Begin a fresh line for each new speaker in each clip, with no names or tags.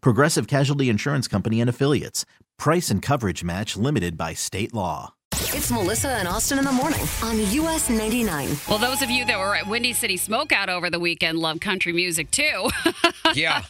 Progressive Casualty Insurance Company and Affiliates. Price and coverage match limited by state law.
It's Melissa and Austin in the morning on US 99.
Well, those of you that were at Windy City Smokeout over the weekend love country music too.
Yeah,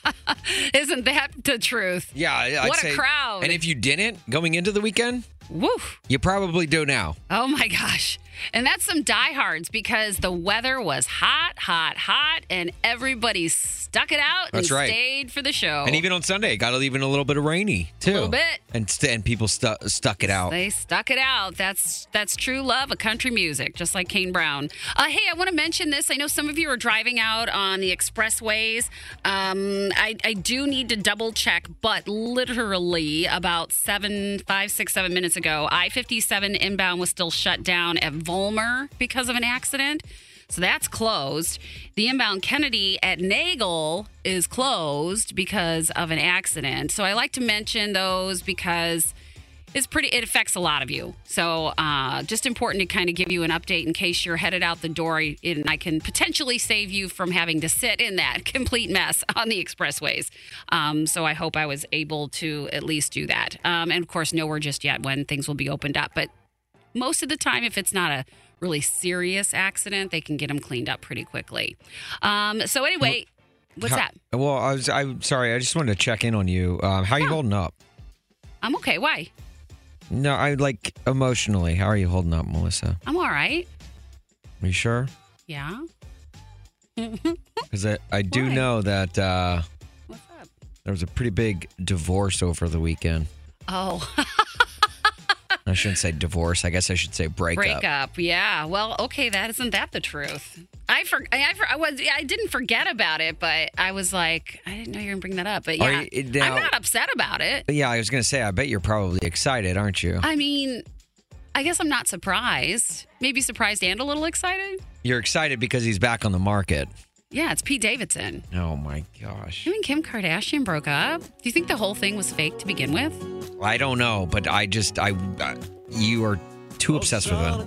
Isn't that the truth?
yeah. I- I'd
What a
say-
crowd.
And if you didn't going into the weekend,
Woof.
you probably do now.
Oh my gosh. And that's some diehards because the weather was hot, hot, hot, and everybody stuck it out
That's
and
right.
stayed for the show.
And even on Sunday, it got even a little bit of rainy too. A
Oh. little bit.
And st- and people stu- stuck it out.
They stuck it out. That's that's true love of country music, just like Kane Brown. Uh, hey, I want to mention this. I know some of you are driving out on the expressways. Um, I, I do need to double check, but literally about seven, five, six, seven minutes ago, I 57 inbound was still shut down at Volmer because of an accident. So that's closed. The inbound Kennedy at Nagel is closed because of an accident. So I like to mention those because it's pretty it affects a lot of you so uh, just important to kind of give you an update in case you're headed out the door and i can potentially save you from having to sit in that complete mess on the expressways um, so i hope i was able to at least do that um, and of course nowhere just yet when things will be opened up but most of the time, if it's not a really serious accident, they can get them cleaned up pretty quickly. Um, so anyway, what's
How-
that?
Well, I was. I'm sorry. I just wanted to check in on you. Um, how are you holding up?
I'm okay. Why?
No, I like emotionally. How are you holding up, Melissa?
I'm all right.
Are you sure?
Yeah.
Because I, I do
Why?
know that uh,
What's up?
there was a pretty big divorce over the weekend.
Oh,
I shouldn't say divorce. I guess I should say breakup.
breakup. Yeah. Well, okay. That isn't that the truth. I for, I, for, I was I didn't forget about it, but I was like, I didn't know you were gonna bring that up. But
Are
yeah,
you- now-
I'm not upset about it.
Yeah, I was gonna say. I bet you're probably excited, aren't you?
I mean, I guess I'm not surprised. Maybe surprised and a little excited.
You're excited because he's back on the market.
Yeah, it's Pete Davidson.
Oh my gosh.
Him and Kim Kardashian broke up. Do you think the whole thing was fake to begin with?
I don't know, but I just I uh, you are too obsessed with him.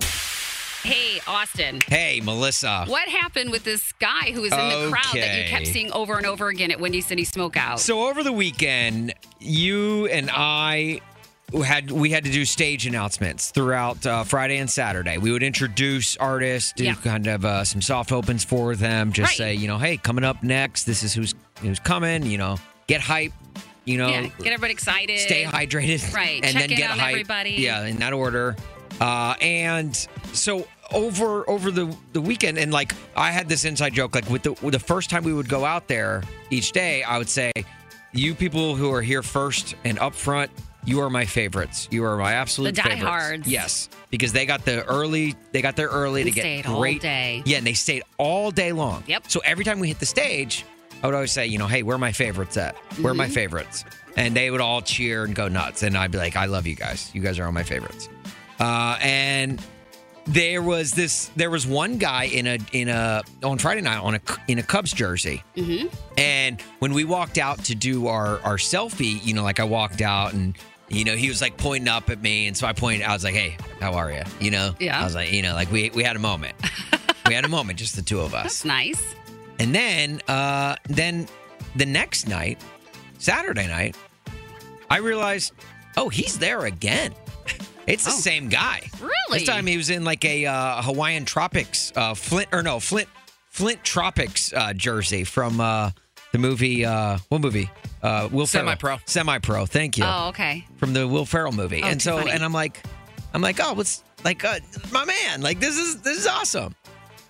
Hey, Austin.
Hey, Melissa.
What happened with this guy who was in the crowd that you
Okay.
kept seeing over and over again at Windy City Smokeout?
So over the weekend, you and I had we had to do stage announcements throughout uh, Friday and Saturday. We would introduce artists, do
Yeah.
kind of uh, some soft opens for them, just
Right.
say, you know, hey, coming up next, this is who's who's coming, you know, get hype, you know,
yeah, get everybody excited.
stay hydrated,
Right.
And
Check
then
in
get
on
hype.
everybody.
Yeah, in that order. Uh, and so over over the the weekend, and like I had this inside joke, like with the with the first time we would go out there each day, I would say, "You people who are here first and up front, you are my favorites. You are my absolute
The
favorites."
diehards.
Yes, because they got the early, they got there early
And
to
stayed
get
all
great
day.
Yeah, and they stayed all day long.
Yep.
So every time we hit the stage, I would always say, you know, hey, where are my favorites at? Where are
Mm-hmm.
my favorites? And they would all cheer and go nuts. And I'd be like, I love you guys. You guys are all my favorites. Uh, and there was this, there was one guy in a in a on Friday night on a in a Cubs jersey.
Mm-hmm.
And when we walked out to do our our selfie, you know, like I walked out and you know he was like pointing up at me, and so I pointed. I was like, "Hey, how are you?" You know,
Yeah.
I was like, you know, like we we had a moment. we had a moment, just the two of us.
That's nice.
And then uh then the next night, Saturday night, I realized, oh, he's there again. It's the
Oh.
same guy.
Really?
This time he was in like a uh, Hawaiian Tropics uh, Flint or no Flint Flint Tropics uh, jersey from uh, the movie. Uh, what movie? uh, Will Ferrell.
Semi-pro.
semi-pro. Thank you
Oh, okay.
from the Will Ferrell movie.
Oh,
and
too
so,
funny.
and I'm like, I'm like, oh, what's like, uh, my man, like this is this is awesome.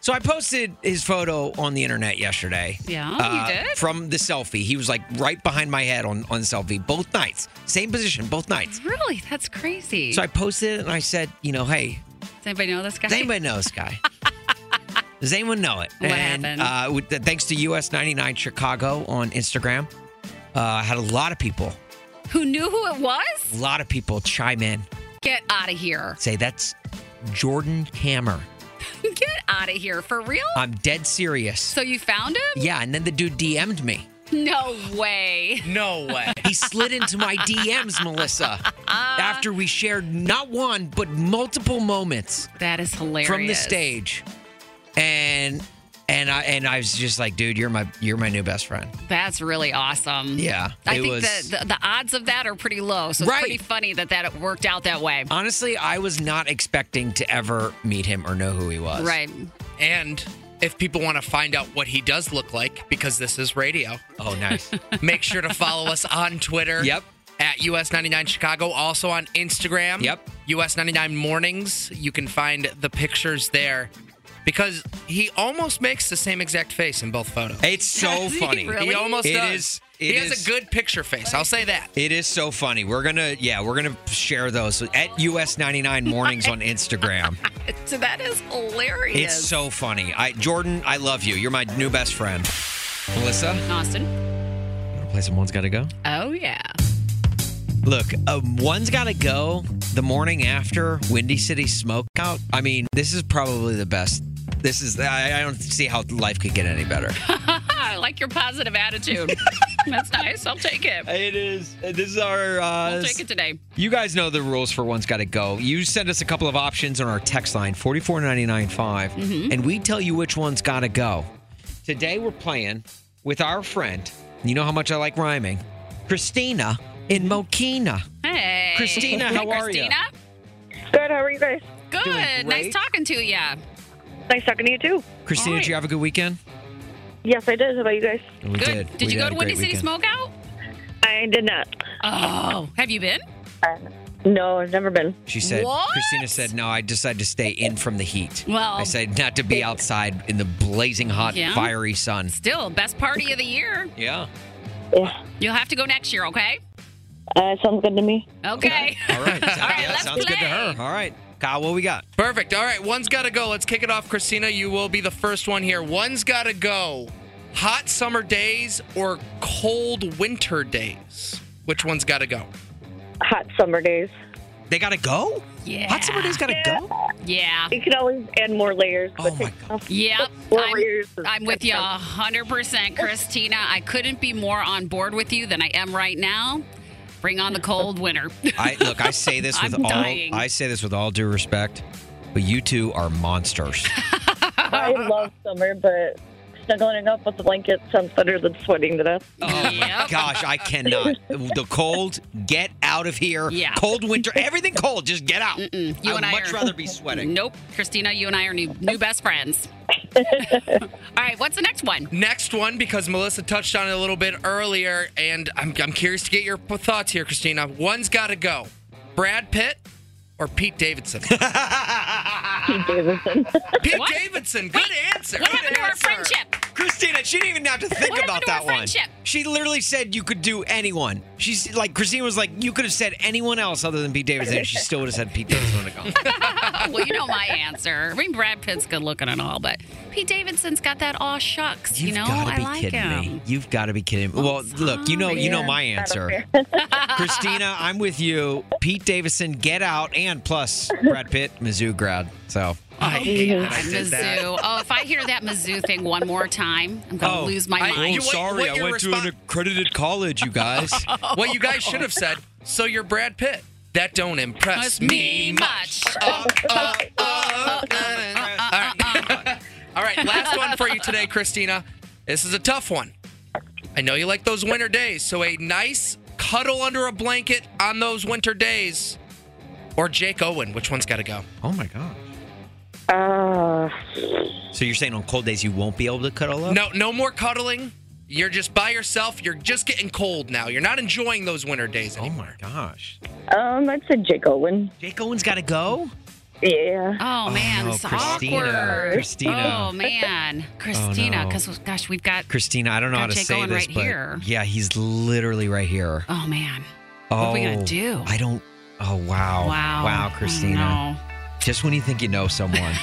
So I posted his photo on the internet yesterday.
Yeah, Oh,
uh,
you did?
From the selfie, he was like right behind my head on on selfie both nights, same position both nights.
Really? That's crazy.
So I posted it and I said, you know, hey,
Does anybody know this guy?
does anybody know this guy? Does anyone know it?
What
and,
happened?
Uh, with the, thanks to US 99 Chicago on Instagram, uh, I had a lot of people,
Who knew who it
a
was?
lot of people chime in,
Get out of here.
say that's Jordan Hammer.
Get out of here. For real?
I'm dead serious.
So you found him?
Yeah, and then the dude DM'd me.
No way. Uh-huh.
No way.
He slid into my DMs, Melissa, after we shared not one, but multiple moments
That is hilarious.
from the stage. And and I and I was just like, dude, you're my you're my new best friend.
That's really awesome.
Yeah,
I
it
think
was-
the, the, the odds of that are pretty low. So it's
Right.
pretty funny that that worked out that way.
Honestly, I was not expecting to ever meet him or know who he was.
Right.
and if people want to find out what he does look like, because this is radio,
Oh, nice.
make sure to follow us on Twitter.
Yep.
At US99 Chicago, also on Instagram.
Yep.
US99 Mornings. You can find the pictures there because he almost makes the same exact face in both photos.
it's so
Does he
funny.
really?
He almost
It
does.
is-
he
it
has
is-
a good picture face. I'll say that.
It is so funny. We're gonna yeah, we're gonna share those at US 99 mornings on Instagram.
So that is hilarious.
It's so funny. I Jordan, I love you. You're my new best friend. Melissa,
Austin.
you wanna play Someone's Gotta Go?
Oh, yeah.
Look, uh, One's Gotta Go the morning after Windy City Smokeout. I mean, this is probably the best. This is, I, I don't see how life could get any better.
Ah, I like your positive attitude. That's nice. I'll take it.
it is, this is our, uh,
I'll take it today.
You guys know the rules for One's Gotta Go. You send us a couple of options on our text line, 44995,
Mm-hmm.
and we tell you which one's gotta go. Today we're playing with our friend, you know how much I like rhyming, Christina in Mokina.
Hey.
Christina, how
hey,
are
Christina?
Good. How are you guys?
Good.
great.
Nice talking to you.
Nice talking to you too.
Christina,
All
did
right.
you have a good weekend?
Yes, I did. How about you guys?
We
Good.
We had
you go
a
to
great
Windy City
weekend.
Smokeout?
I did not.
Oh, have you been?
Uh, No, I've never been.
She said,
What?
Christina said, no, I decided to stay in from the heat.
Well-
I said not to be outside in the blazing hot,
Yeah.
fiery sun.
Still, best party of the year.
Yeah.
Yeah,
You'll have to go next year, okay?
uh, sounds good to me.
Okay.
All right. Sounds,
right,
yeah,
let's
sounds good to her.
play.
All right. Kyle, what we got?
Perfect. All right, one's got to go. Let's kick it off, Christina. You will be the first one here. One's got to go. Hot summer days or cold winter days? Which one's got to go?
Hot summer days.
They gotta go?
Yeah.
Hot summer days gotta go?
Yeah.
You can always add more layers.
Oh my
God.
Yep.
Four
I'm-
layers. is-
I'm with you 100%, Christina. I couldn't be more on board with you than I am right now. Bring on the cold winter.
I look, I say this with
I'm
all
dying.
I say this with all due respect, but you two are monsters.
Oh,
I love summer, but snuggling up with the blanket sounds better than sweating to death.
Oh my
Yep.
gosh, I cannot. The cold, get out of here.
Yeah.
Cold winter, everything cold, just get out.
Mm-mm. You
I would
and I
much
are-
rather be sweating.
Nope. Christina, you and I are new, new best friends. All right, what's the next one?
Next one, because Melissa touched on it a little bit earlier, and I'm, I'm curious to get your p- thoughts here, Christina. One's got to go. Brad Pitt or Pete Davidson?
Pete Davidson.
Pete
What?
Davidson. Good answer.
What
Good
happened to our
answer.
friendship?
Christina, she didn't even have to think
What
about
happened to
that
our
one.
friendship?
She literally said you could do anyone. She's like Christina was like, you could have said anyone else other than Pete Davidson. and She still would have said Pete Davidson would have gone.
Oh, well, you know my answer. I mean, Brad Pitt's good looking and all, but Pete Davidson's got that aw shucks. You
You've
know,
gotta
I
be
like
kidding
him.
me. You've got to be kidding me. Well, look, you know, you know my answer. Christina, I'm with you. Pete Davidson, get out, and plus Brad Pitt, Mizzou grad. So
I
Oh,
hate that I did that.
Mizzou. Oh, if I hear that Mizzou thing one more time, I'm gonna
Oh,
lose my
I-
mind.
you- what- sorry, what I your went to an respo-
accredited college, you guys.
What you guys should have said. So you're Brad Pitt. That don't impress
Must me Uh,
me much.
much.
Uh,
All right, last one for you today, Christina. This is a tough one. I know you like those winter days, so a nice cuddle under a blanket on those winter days. Or Jake Owen, which one's got to go?
oh my gosh.
Uh,
So you're saying on cold days you won't be able to cuddle up?
No, no more cuddling. You're just by yourself. You're just getting cold now. You're not enjoying those winter days
Oh
anymore.
my gosh.
Um, I'd say Jake Owen.
Jake Owen's got to go.
Yeah.
Oh man,
no,
it's
Christina.
awkward.
Christina.
Oh man, Christina. Because gosh, we've got.
Christina, I don't know
Got
how to
Jake
say
Owen
this,
right
but
here.
yeah, he's literally right here.
Oh man.
Oh,
are we gonna do?
I don't. Oh wow!
Wow.
Wow, Christina.
No.
Just when you think you know someone.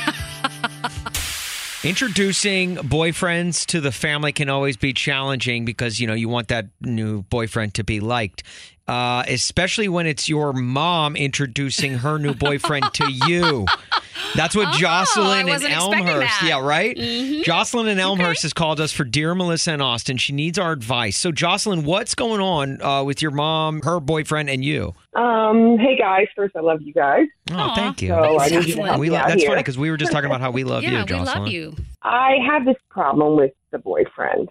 Introducing boyfriends to the family can always be challenging because you know you want that new boyfriend to be liked, uh, especially when it's your mom introducing her new boyfriend to you. That's what
Oh, I
Jocelyn and
wasn't expecting
Elmhurst,
that. Mm-hmm.
yeah, right. Jocelyn and Elmhurst has called us for dear Melissa and Austin. She needs our advice. So, Jocelyn, what's going on uh, with your mom, her boyfriend, and you?
Um, hey guys, first I love you guys.
Oh,
Aw.
thank you.
So I
Thanks,
need you to
Jocelyn.
help
we
me
love
out
that's
here.
funny because we were just talking about how we love
yeah,
you,
we
Jocelyn.
love you.
I have this problem with the boyfriend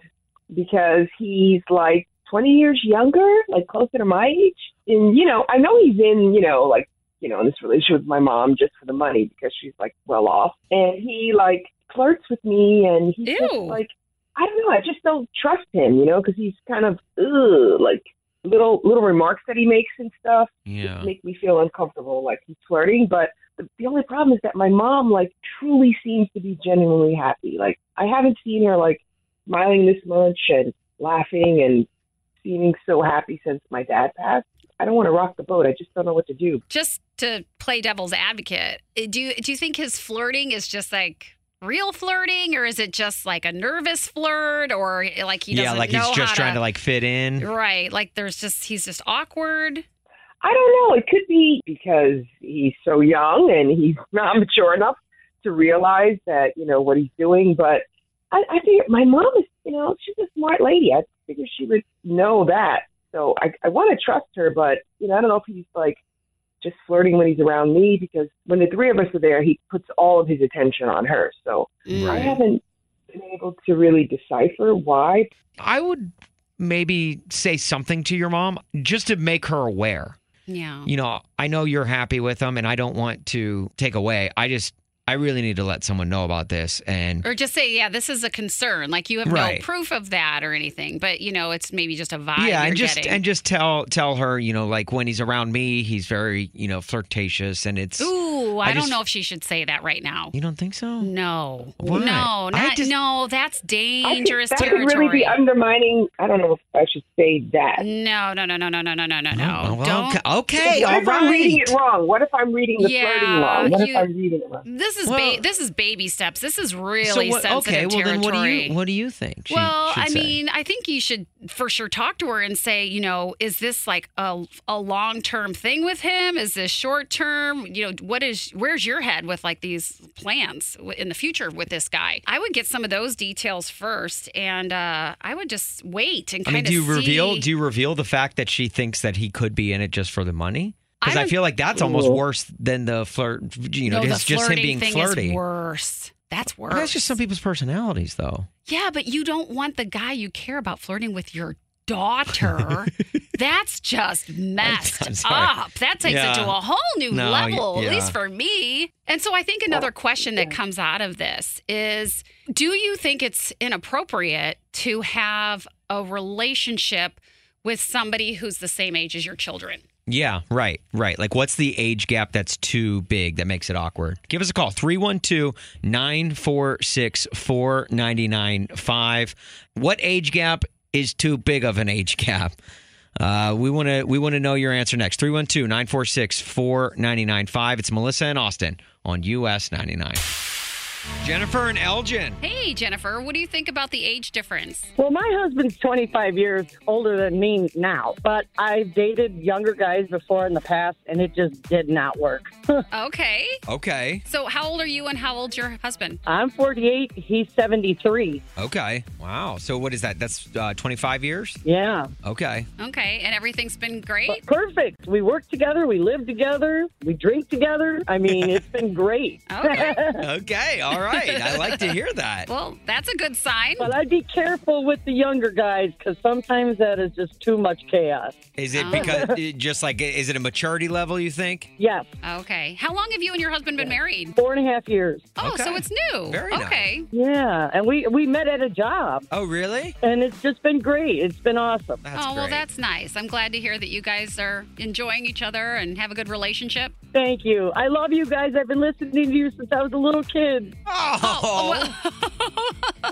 because he's like 20 years younger, like closer to my age. And, you know, I know he's in, you know, like, you know, in this relationship with my mom just for the money because she's like well off. And he like flirts with me and he's just
Ew.
like, I don't know, I just don't trust him, you know, because he's kind of, ugh, like little, little remarks that he makes and stuff.
Yeah.
make me feel uncomfortable, like he's flirting. But the, the only problem is that my mom, like, truly seems to be genuinely happy. Like, I haven't seen her like smiling this much and laughing and seeming so happy since my dad passed. I don't want to rock the boat. I just don't know what to do.
Just to play devil's advocate, eh, do you, do you think his flirting is just like real flirting, or is it just like a nervous flirt, or eh, like he doesn't
yeah, like
know
he's just
how
trying to like fit in.
right? Like there's just he's just awkward.
I don't know. It could be because he's so young and he's not mature enough to realize that you know what he's doing. But I, I figure my mom is, you know, she's a smart lady. I figure she would know that. So I, I want to trust her, but you know, I don't know if he's like just flirting when he's around me because when the three of us are there, he puts all of his attention on her. So I haven't been able to really decipher why
I would maybe say something to your mom just to make her aware.
Yeah.
You know, I know you're happy with him and I don't want to take away. I just I really need to let someone know about this and
Or just say, yeah, this is a concern. Like you have
Right.
no proof of that or anything, but you know, it's maybe just a vibe.
yeah,
you're
and just
getting.
and just tell tell her, you know, like when he's around me, he's very, you know, flirtatious and it's
Ooh, I,
I
don't
just-
know if she should say that right now.
You don't think so?
No,
Why?
no,
I
not,
just-
no. That's
I think
dangerous
that
territory.
could really be undermining. I don't know if I should say that.
no, no, no, no, no, no, no, no, no,
Oh,
no.
well,
Don't.
okay- Okay,
what
all
if I'm reading it
right.
wrong? What if I'm reading the flirting
Yeah,
wrong? What
you-
if I'm reading it wrong?
This is
Well-
ba- this is baby steps. This is really
so what,
sensitive
okay, well
territory.
then what do you what do you think? she
well,
should
I
say?
mean, I think you should for sure talk to her and say, you know, is this like a, a long term thing with him? Is this short term? You know, what is where's your head with like these plans w- in the future with this guy? I would get some of those details first, and uh, I would just wait and
I
kind
mean,
of
do you
see.
reveal do you reveal the fact that she thinks that he could be in it just for the money? Because
I
I,
don't-
feel like that's almost
Ooh.
worse than the flirt. You know,
No, the
it's just him
flirting
being
thing
flirty.
Is worse. That's worse.
That's just some people's personalities, though.
Yeah, but you don't want the guy you care about flirting with your daughter. That's just
I'm
messed
sorry.
up. That takes
Yeah.
it to a whole new
No, y-
level,
yeah. Oh,
at least for me. And so I think another question that comes out of this is do you think it's inappropriate to have a relationship with somebody who's the same age as your children?
Yeah, right, right. Like, what's the age gap that's too big that makes it awkward? Give us a call 312 946 4995. What age gap is too big of an age gap? Uh, we want to we want to know your answer next 312 946 4995. It's Melissa and Austin on US 99. Jennifer and Elgin.
Hey, Jennifer, what do you think about the age difference?
Well, my husband's 25 years older than me now, but I've dated younger guys before in the past, and it just did not work.
Okay.
Okay.
So, how old are you and how old's your husband?
I'm 48, he's 73.
Okay. Wow. So what is that? That's uh, 25 years?
Yeah,
Okay.
Okay. And everything's been great?
but perfect. We work together, we live together, we drink together. I mean, it's been great.
Okay.
Okay. All All right. I like to hear that.
Well, that's a good sign.
But I'd be careful with the younger guys because sometimes that is just too much chaos.
Is it
Oh.
because it just like is it a maturity level? You think?
Yes,
Okay. How long have you and your husband been married?
four and a half years.
Oh,
Okay.
so it's new.
Very nice.
okay.
Yeah, and we we met at a job,
Oh, really?
and it's just been great. It's been awesome.
That's
oh, well,
great.
that's nice. I'm glad to hear that you guys are enjoying each other and have a good relationship.
Thank you. I love you guys. I've been listening to you since I was a little kid,
Oh,
and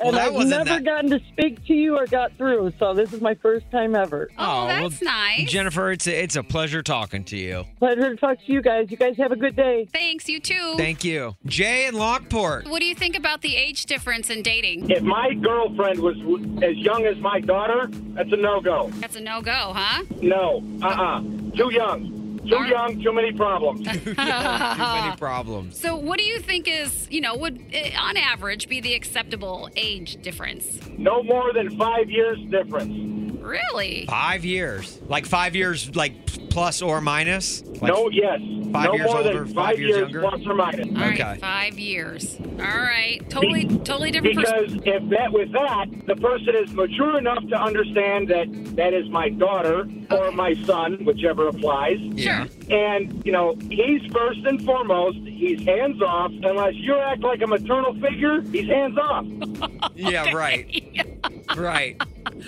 Well, that
I've
wasn't
never
that-
gotten to speak to you or got through. So this is my first time ever.
Oh,
well,
that's nice.
Jennifer, it's a, it's a pleasure talking to you.
Pleasure to talk to you guys. You guys have a good day.
Thanks. You too.
Thank you, Jay in Lockport.
What do you think about the age difference in dating?
If my girlfriend was as young as my daughter, that's a no go.
That's a no go, huh?
No, uh uh Too young. Too young, too many problems.
Too
Uh-huh.
many problems.
So, what do you think is, you know, would eh, on average be the acceptable age difference?
No more than five years difference.
Really?
Five years, like five years, like p- plus or minus. Like,
no, yes.
five
no
years
more
older,
than
five
five,
years
years,
younger?
plus or minus.
All right,
Okay.
five years. All right, totally, totally different. pers-
Because if that with that, the person is mature enough to understand that that is my daughter or my son, whichever applies.
Sure.
And you know, he's first and foremost. He's hands off. Unless you act like a maternal figure, he's hands off.
Yeah, right, right.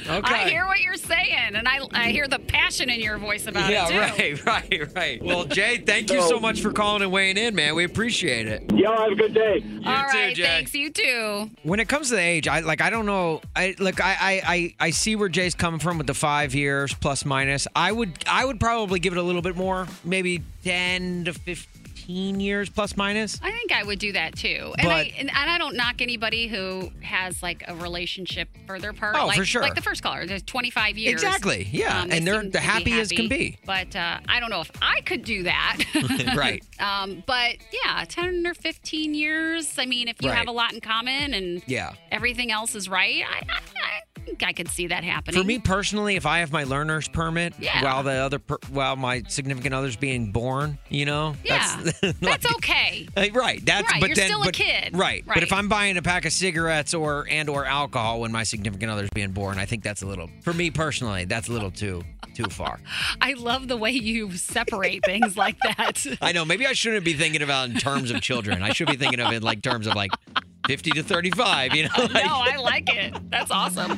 Okay.
I hear what you're saying, and I, I hear the passion in your voice about it too.
yeah, right, right, right. Well, Jay, thank you so much for calling and weighing in, man. We appreciate it.
Y'all have a good day.
All right,
too, Jay.
thanks. You too.
When it comes to the age, I like I don't know. I look, I, I I I see where Jay's coming from with the five years plus minus. I would I would probably give it a little bit more, maybe ten to fifteen years plus minus.
I think I would do that too, and I
But-
and, and I don't knock anybody who has like a relationship for their part.
Oh,
like,
for sure.
Like the first caller, there's 25 years.
Exactly, yeah,
they
and they're
seem
the
to be
happy as can be.
But uh, I don't know if I could do that.
right.
Um, but yeah, 10 or 15 years. I mean, if you
Right.
have a lot in common and
Yeah.
everything else is right, I, I, I think I could see that happening.
For me personally, if I have my learner's permit
Yeah.
while the other per- while my significant other's being born, you know,
yeah, that's,
like-
okay.
Uh, Right. That's
Right,
but
you're
then,
still a
but-
kid.
Right. But
Right.
if I'm buying a pack of cigarettes or and or alcohol when my significant other's being born, I think that's a little for me personally, that's a little too too far.
I love the way you separate things like that.
I know, maybe I shouldn't be thinking about in terms of children. I should be thinking of it like terms of like fifty to thirty five, you know?
No,
Like,
I like it. That's awesome.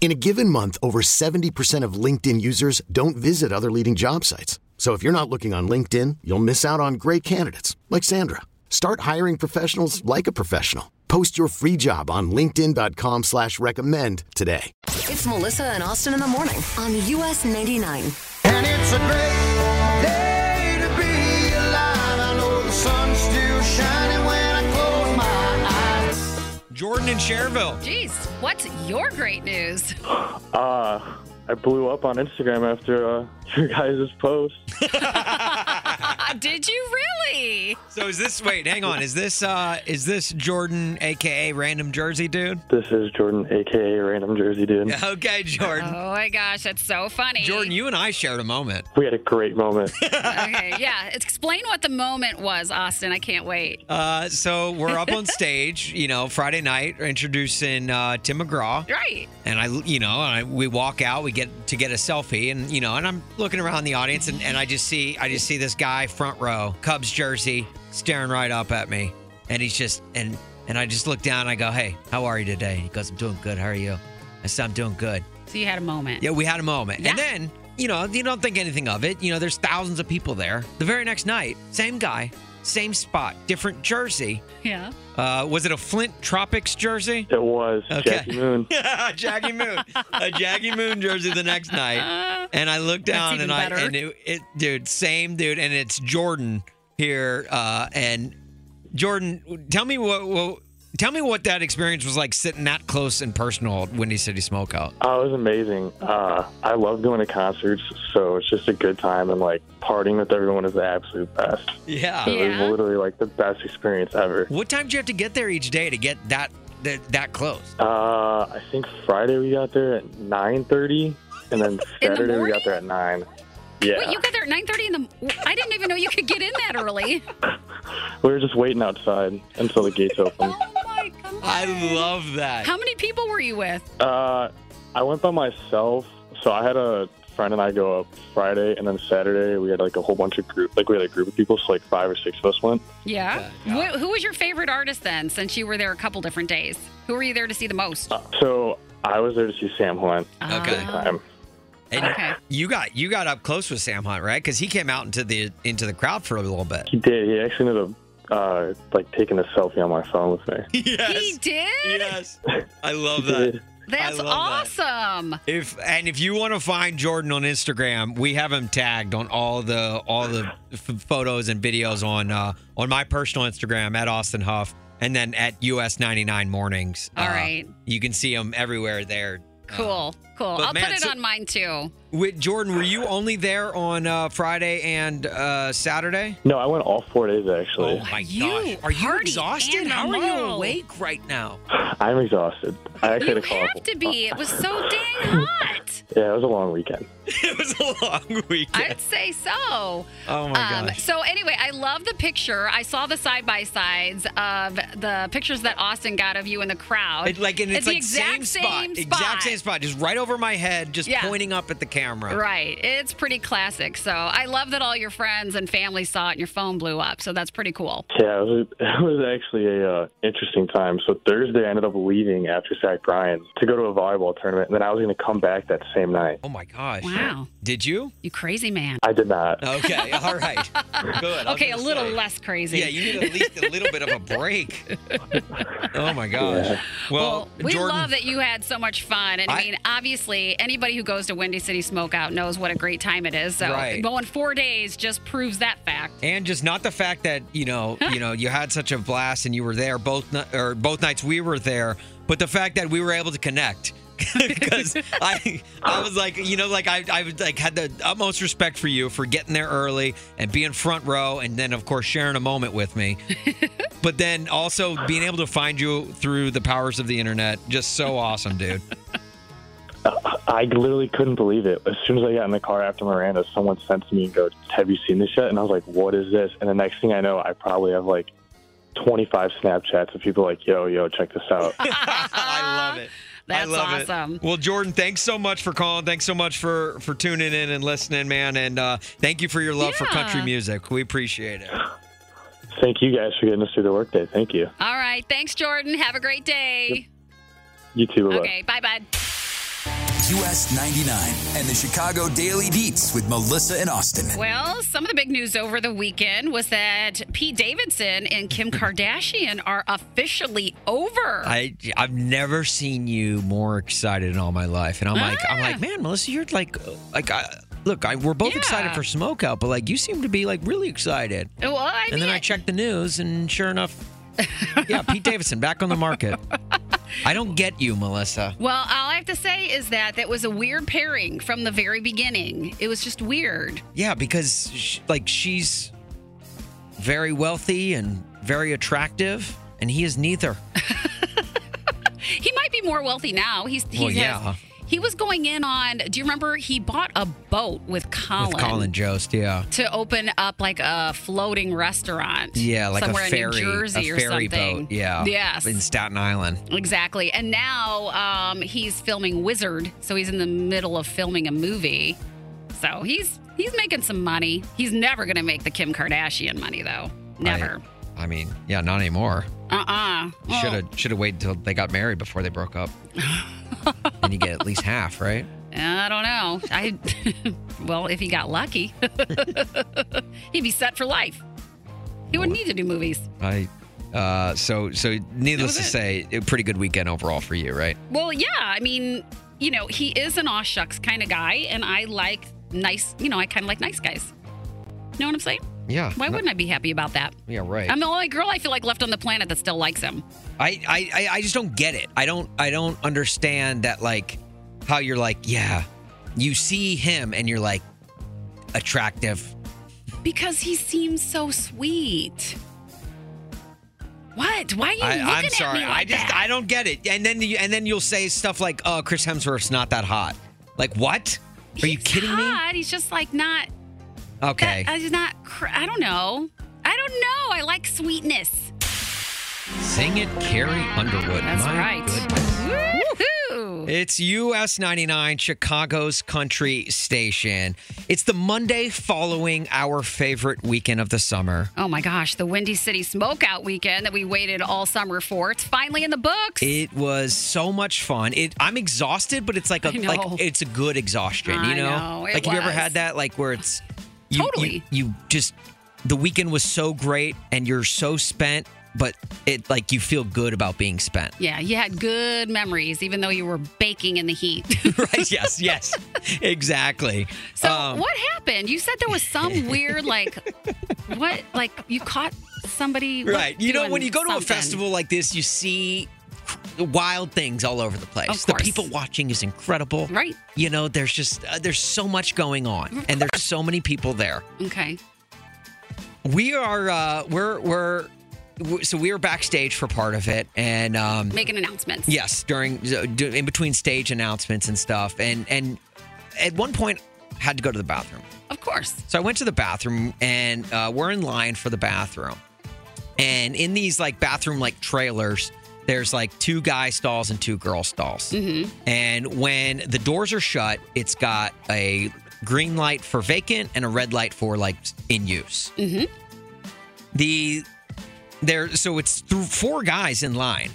In a given month, over 70% of LinkedIn users don't visit other leading job sites. So if you're not looking on LinkedIn, you'll miss out on great candidates like Sandra. Start hiring professionals like a professional. Post your free job on linkedin.com/recommend slash recommend today.
It's Melissa and Austin in the morning on US 99.
And it's a great day to be alive. I know the sun's still shining when I close my eyes.
Jordan in Cherville.
Jeez, what's your great news?
Uh, I blew up on Instagram after uh, your guys' post.
Did you really?
So is this? Wait, hang on. Is this? uh Is this Jordan, aka Random Jersey Dude?
This is Jordan, aka Random Jersey Dude.
Okay, Jordan.
Oh my gosh, that's so funny.
Jordan, you and I shared a moment.
We had a great moment.
okay, yeah. Explain what the moment was, Austin. I can't wait.
Uh, so we're up on stage, you know, Friday night, introducing uh, Tim McGraw.
Right.
And I, you know, and I, we walk out, we get to get a selfie, and you know, and I'm looking around the audience, and, and I just see, I just see this guy front row, Cubs jersey, staring right up at me, and he's just, and and I just look down, and I go, hey, how are you today? He goes, I'm doing good. How are you? I said, I'm doing good.
So you had a moment.
Yeah, we had a moment. And then, you know, you don't think anything of it. You know, there's thousands of people there. The very next night, same guy, same spot, different jersey.
Yeah.
Uh, was it a Flint Tropics jersey?
It was
Okay.
Jackie Moon.
Jackie Moon. A Jackie Moon jersey the next night. And I looked down
Uh, even
and I
better.
and it, it dude, same dude and it's Jordan here uh and Jordan, tell me what, what tell me what that experience was like sitting that close and personal at Windy City Smokeout.
Oh, it was amazing. Uh, I love going to concerts, so it's just a good time and like partying with everyone is the absolute best.
Yeah.
So It was literally like the best experience ever.
What time do you have to get there each day to get that that, that close?
Uh, I think Friday we got there at nine thirty, and then
In the
Saturday we got there at nine. Yeah,
Wait, you got there at 9:30 in the I didn't even know you could get in that early.
we were just waiting outside until the gates
Oh
opened.
I love that.
How many people were you with?
Uh, I went by myself, so I had a friend and I go up Friday, and then Saturday we had like a whole bunch of group, like we had a group of people, so like five or six of us went.
Yeah.
Oh
Wh- who was your favorite artist then since you were there a couple different days? Who were you there to see the most?
So I was there to see Sam Hunt. Um,
Okay.
Oh.
And you got you got up close with Sam Hunt, right? Because he came out into the into the crowd for a little bit.
He did. He actually ended up uh, like taking a selfie on my phone with me.
Yes.
He did?
Yes. I love that.
That's
I love that. Uh-huh.
awesome.
If and if you want to find Jordan on Instagram, we have him tagged on all the all the f- photos and videos on uh, on my personal Instagram at Austin Huff, and then at US ninety nine mornings.
All
Uh,
right.
you can see him everywhere there.
Cool. Cool.
Uh-huh. but
I'll
man,
put it
so-
on mine too.
With Jordan, were you only there on uh, Friday and uh, Saturday?
No, I went all four days actually.
Oh my gosh. Are you exhausted? How are you
animal.
awake right now?
I'm exhausted. I actually had a call.
Have to be. It was so dang hot.
Yeah, it was a long weekend.
it was a long weekend.
I'd say so. Um,
Oh my gosh.
So anyway, I love the picture. I saw the side by sides of the pictures that Austin got of you in the crowd.
It, like and it's,
uh,
like
the exact
same spot, exact same spot, just right over my head, just
Yeah.
pointing up at the camera.
Right. It's pretty classic. So I love that all your friends and family saw it and your phone blew up. So that's pretty cool.
Yeah, it was, it was actually a uh, interesting time. So Thursday, I ended up leaving after Zach Bryan to go to a volleyball tournament, and then I was going to come back that same night.
Oh my gosh!
Wow.
Did you?
You crazy man.
I did not.
Okay, all right, good. I was
okay, a
gonna
little
say.
less crazy.
Yeah, you need at least a little bit of a break. oh my gosh! Well,
We
Jordan,
love that you had so much fun. And I,
I-
mean, obviously, anybody who goes to Windy City Smokeout knows what a great time it is. So
Right.
going four days just proves that fact.
and just not the fact that you know you know you had such a blast and you were there both ni- or both nights we were there, but the fact that we were able to connect. Because I, I was like, you know, like I, I was like had the utmost respect for you for getting there early and being front row, and then of course sharing a moment with me. but then also being able to find you through the powers of the internet, just so awesome, dude.
I literally couldn't believe it. As soon as I got in the car after Miranda, someone sent to me and goes, "Have you seen this yet?" And I was like, "What is this?" And the next thing I know, I probably have like 25 Snapchats of people like, "Yo, yo, check this out."
I love it.
That's
I love it.
awesome.
Well, Jordan, thanks so much for calling. Thanks so much for for tuning in and listening, man. And uh, thank you for your love for country
Yeah.
music. We appreciate it.
Thank you guys for getting us through the workday. Thank you.
All right. Thanks, Jordan. Have a great day.
You too. Bye-bye.
Okay. Bye bye.
US 99 and the Chicago Daily Beats with Melissa and Austin.
Well, some of the big news over the weekend was that Pete Davidson and Kim Kardashian are officially over.
I I've never seen you more excited in all my life, and I'm like I'm
Ah.
like man, Melissa, you're like like I, look, I, we're both excited for Smokeout, but like you seem to be like really excited.
well, I
and then I checked the news, and sure enough, yeah, Pete Davidson back on the market. I don't get you, Melissa.
Well, all I have to say is that that was a weird pairing from the very beginning. It was just weird.
Yeah, because sh like she's very wealthy and very attractive, and he is neither.
He might be more wealthy now. He's he
Well,
has-
yeah.
He was going in on. Do you remember he bought a boat with Colin,
With Colin Jost, yeah.
to open up like a floating restaurant?
Yeah, like
somewhere
a ferry,
in New Jersey
a
or
ferry
something.
boat. Yeah.
Yes.
In Staten Island.
Exactly. And now um, he's filming Wizard, so he's in the middle of filming a movie. So he's he's making some money. He's never going to make the Kim Kardashian money though. Never.
I, I mean, yeah, not anymore.
Uh uh
Should have should have waited until they got married before they broke up. and you get at least half, right?
I don't know. I well, if he got lucky, he'd be set for life. He wouldn't need to do movies.
I uh so so needless to say, a pretty good weekend overall for you, right?
Well, yeah. I mean, you know, he is an aw shucks kind of guy, and I like nice. You know, I kind of like nice guys. You know what I'm saying?
Yeah.
Why wouldn't I be happy about that?
Yeah, right.
I'm the only girl I feel like left on the planet that still likes him.
I, I I- I just don't get it. I don't I don't understand that like how you're like, yeah, you see him and you're like attractive.
Because he seems so sweet. What? Why are you looking
I, I'm
at
sorry.
me
I
like
just
that?
I don't get it. And then you, and then you'll say stuff like, "Oh, Chris Hemsworth's not that hot." Like what? Are you kidding me?
Hot. He's just like not.
Okay.
I, he's not. Cr- I don't know. I don't know. I like sweetness.
Sing it, Carrie Underwood.
uh, That's
My
right. Woohoo!
It's US 99, Chicago's country station. It's the Monday following our favorite weekend of the summer.
Oh my gosh, the Windy City Smokeout weekend that we waited all summer for. It's finally in the books.
It was so much fun. It I'm exhausted, but it's like a
I know.
like it's a good exhaustion,
I
you know?
know, it
like have you ever
was.
had that like where it's you,
Totally.
you, you just the weekend was so great and you're so spent, but it like you feel good about being spent.
Yeah, you had good memories, even though you were baking in the heat.
right? Yes, yes. Exactly.
So
Um,
what happened? You said there was some weird like what like you caught somebody like,
Right. You know, when
doing
you go to a
something.
festival like this, you see wild things all over the place.
Of
the
course.
people watching is incredible.
Right.
You know, there's just uh, there's so much going on and there's so many people there.
Okay.
We are uh we're we're w- so we were backstage for part of it and um
Making announcements.
Yes, during d- in between stage announcements and stuff, and and at one point had to go to the bathroom.
Of course.
So I went to the bathroom, and uh, we're in line for the bathroom. And in these like bathroom like trailers, there's like two guy stalls and two girl stalls.
Mhm.
And when the doors are shut, it's got a green light for vacant and a red light for like in use
Mm-hmm.
the there so it's th- four guys in line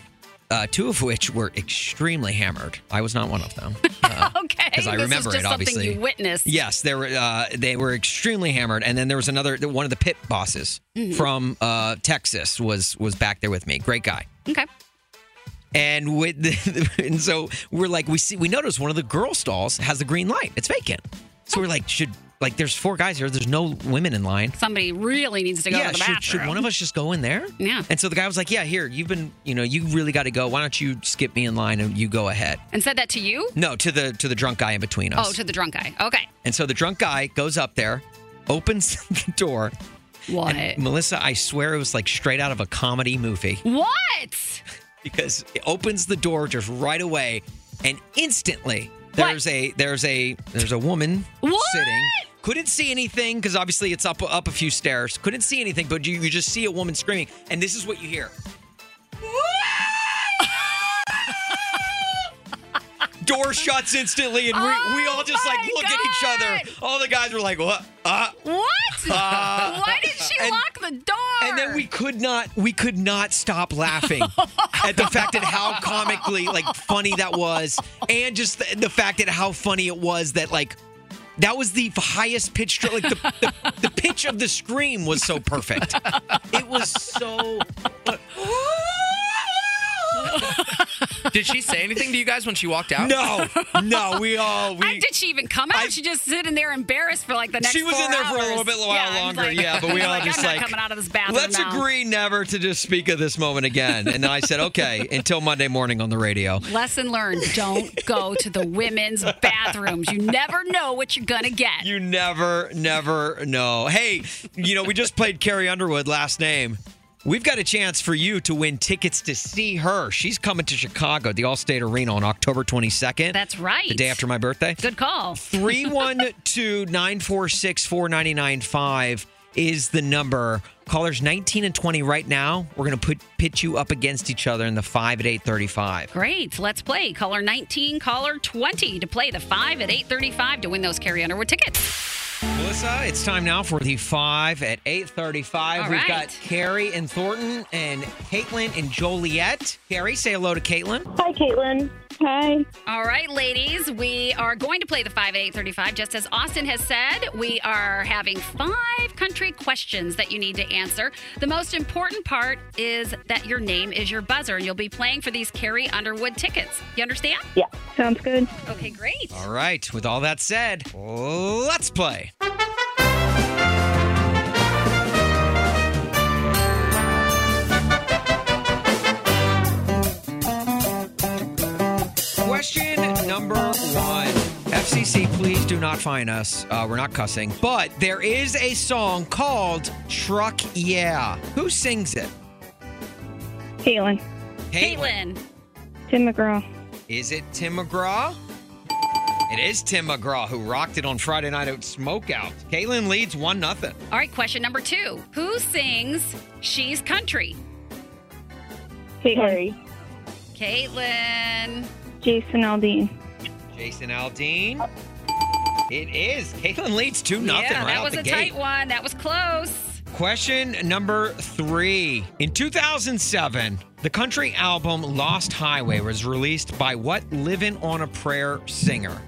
uh, two of which were extremely hammered i was not one of them
okay.
because Uh, i
this is
remember
just
it obviously
Something you witnessed.
yes they were uh, they were extremely hammered and then there was another one of the pit bosses
Mhm.
from uh, texas was was back there with me great guy
Okay.
and with the, and so we're like we see we notice one of the girl stalls has the green light it's vacant so we're like should like there's four guys here there's no women in line
Somebody really needs to go
yeah,
to the bathroom.
should, should one of us just go in there?
Yeah.
And so the guy was like, "Yeah, here, you've been, you know, you really got to go. Why don't you skip me in line and you go ahead?"
and said that to you?
No, to the to the drunk guy in between us.
Oh, to the drunk guy. Okay.
and so the drunk guy goes up there, opens the door.
What?
and Melissa, I swear it was like straight out of a comedy movie
What?
because it opens the door just right away and instantly there's a there's a there's a woman sitting couldn't see anything because obviously it's up up a few stairs couldn't see anything but you, you just see a woman screaming and this is what you hear door shuts instantly and we, we all just like look at each other all the guys were like what uh,
What?
Uh,
Why did she
and-
lock the door?
and then we could not we could not stop laughing at the fact that how comically like funny that was and just the, the fact that how funny it was that like that was the highest pitch like the, the, the pitch of the scream was so perfect it was so
Did she say anything to you guys when she walked out?
No, no. We all
I- did she even come out? she just sitting there embarrassed for like the next.
She was
four
in there for a
hours.
little bit while
Yeah, I was
longer,
like-
yeah, but we
I'm
all
like,
just
I'm not
like,
coming out of this bathroom.
Let's
now."
agree never to just speak of this moment again. And I said, okay, until Monday morning on the radio.
Lesson learned: Don't go to the women's bathrooms. You never know what you're gonna get.
You never, never know. Hey, you know, we just played Carrie Underwood last name. We've got a chance for you to win tickets to see her. She's coming to Chicago, the Allstate Arena on October 22nd.
That's right.
The day after my birthday.
Good call.
312 946 4995 is the number. Callers 19 and 20 right now. We're going to put pitch you up against each other in the 5 at 835.
Great. Let's play. Caller 19, caller 20 to play the 5 at 835 to win those Carrie Underwood tickets.
Melissa, it's time now for the 5 at 835.
All
We've
right.
got Carrie and Thornton and Caitlin and Joliet. Carrie, say hello to Caitlin.
Hi, Caitlin. Hi. All right, ladies. We are going to play the 5 at 835. Just as Austin has said, we are having five country questions that you need to answer. The most important part is that your name is your buzzer, and you'll be playing for these Carrie Underwood tickets. You understand?
Yeah.
Sounds good. Okay, great.
All right. With all that said, let's play. Question number one. FCC, please do not fine us. Uh, we're not cussing. But there is a song called Truck Yeah. Who sings it?
Caitlin.
Caitlin.
Tim McGraw.
Is it Tim McGraw? It is Tim McGraw who rocked it on Friday night at Smokeout. Caitlin leads 1 nothing.
All right, question number two. Who sings She's Country?
Caitlin.
Caitlin.
Jason Aldean.
Jason Aldean. It is. Caitlin leads 2 nothing
Yeah,
right
that
out
was
the
a
gate.
tight one. That was close.
Question number three. In 2007, the country album Lost Highway was released by what Living on a Prayer singer?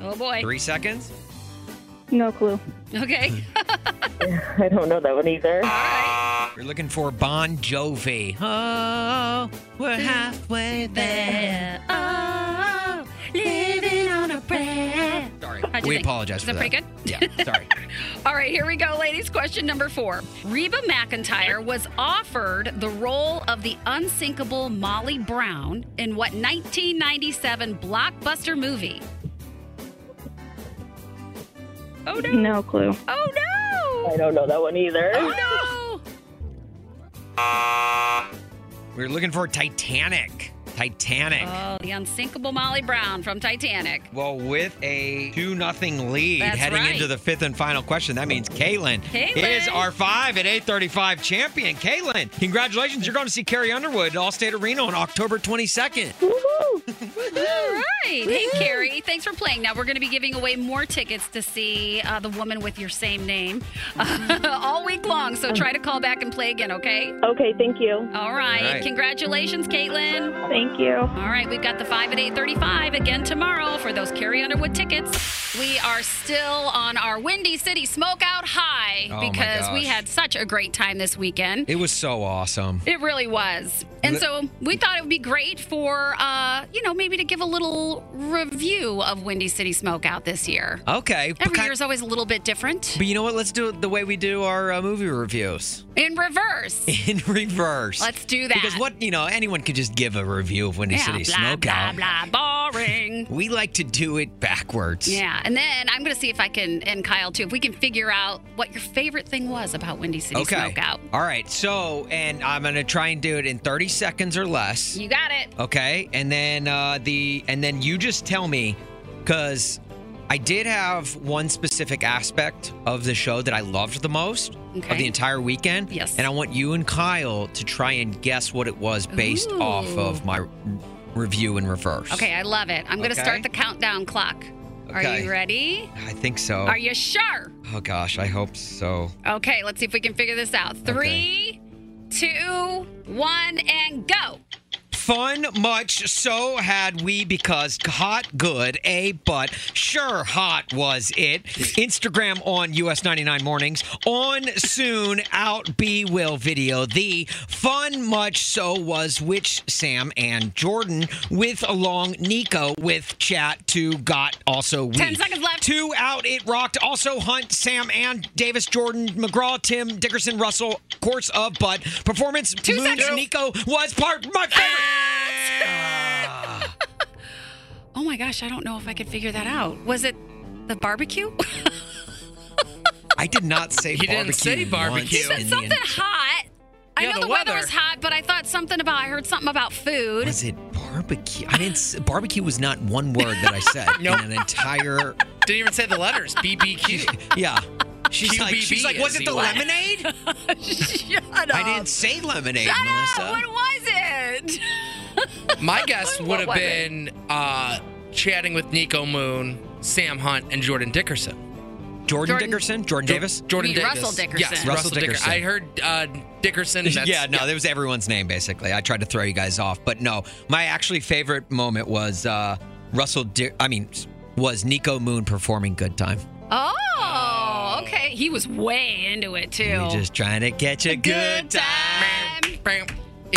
Oh boy.
Three seconds.
No clue.
Okay.
I don't know that one either. You're looking for Bon Jovi. Oh, we're
Hmm.
halfway there.
Oh, living on a prayer.
Sorry.
How'd you
We
think?
apologize
Is
for that.
that pretty good?
Yeah, sorry.
All right, here we go, ladies. Question number four. Reba McIntyre was offered the role of the unsinkable Molly Brown in what 1997 blockbuster movie? Oh no.
No clue.
Oh no.
I don't know that one either.
Oh no.
We We're looking for Titanic. Titanic.
Oh, the unsinkable Molly Brown from Titanic.
Well, with a 2 nothing lead
That's
heading
right.
into the fifth and final question, that means Caitlin,
Caitlin.
is our 5 at 835 champion. Caitlin, congratulations. You're going to see Carrie Underwood at Allstate Arena on October 22nd.
All right. Hey, Carrie, thanks for playing. Now, we're going to be giving away more tickets to see uh, the woman with your same name all week long. So try to call back and play again, okay?
Okay, thank you.
All right.
All right.
Congratulations, Caitlin.
Thank you.
All right. We've got the 5 at 835 again tomorrow for those Carrie Underwood tickets. We are still on our Windy City Smokeout High
Oh, my
because we
gosh.
had such a great time this weekend.
It was so awesome.
It really was. And so we thought it would be great for, uh, you know, maybe to give a little review of Windy City Smokeout this year.
Uh, Okay. But,
Every year is always a little bit different.
but you know what? Let's do it the way we do our uh, movie reviews
In reverse.
in reverse.
Let's do that.
Because what, you know, anyone could just give a review of Windy
yeah,
City
blah,
Smokeout.
blah, blah, boring.
We like to do it backwards.
Yeah, and then I'm going to see if I can, and Kyle too, if we can figure out what your favorite thing was about Windy City
Okay.
Smokeout.
All right. So, and I'm going to try and do it in 30 seconds or less.
You got it.
Okay, and then uh, the and then you just tell me because I did have one specific aspect of the show that I loved the most of
Okay.
the entire weekend. Yes, and I want you and Kyle to try and guess what it was based
Ooh.
off of my r- review in reverse.
Okay, I love it. I'm going to
Okay.
start the countdown clock. Are
Okay.
you ready?
I think so.
Are you sure?
Oh gosh, I hope so.
Okay, let's see if we can figure this out. Three, two, one, and go.
fun much, so had we because hot good, a but sure hot was it. Instagram on US 99 mornings. On soon, out be will video. The fun much so was which Sam and Jordan with along Nico with chat to got also we.
10 seconds left.
Two out, it rocked. Also Hunt, Sam, and Davis, Jordan, McGraw, Tim, Dickerson, Russell, course of, but performance. Two
seconds.
Nico was part my favorite.
Oh my gosh, I don't know if I could figure that out. Was it the barbecue?
I did not say
He
barbecue.
didn't say barbecue.
once
He said
in the
something hot. I
Yeah,
know
the
the, weather.
weather.
was hot, but I thought something about. I heard something about food.
Was it barbecue? I didn't. s- Barbecue was not one word that I said
Nope.
in an entire.
Didn't even say the letters. BBQ.
Yeah. She's like,
QBB
she's like, was
is
it the
what?
lemonade?
Shut up.
I didn't say lemonade,
Shut
Melissa.
up. What was it?
My guess would
What
have
was
been uh, chatting with Nico Moon, Sam Hunt, and Jordan Dickerson.
Jordan,
Jordan-
Dickerson, Jordan
Jo-
Davis,
Jordan
You mean
Dickerson.
Russell Dickerson.
Yes,
Russell
Russell
Dickerson.
Dickerson. I heard uh, Dickerson. That's,
yeah, no, there was everyone's name basically. I tried to throw you guys off, but no, my actually favorite moment was uh, Russell. Di- I mean, was Nico Moon performing "Good Time"?
Oh, okay. He was way into it too.
You're just trying to catch a good time.
Even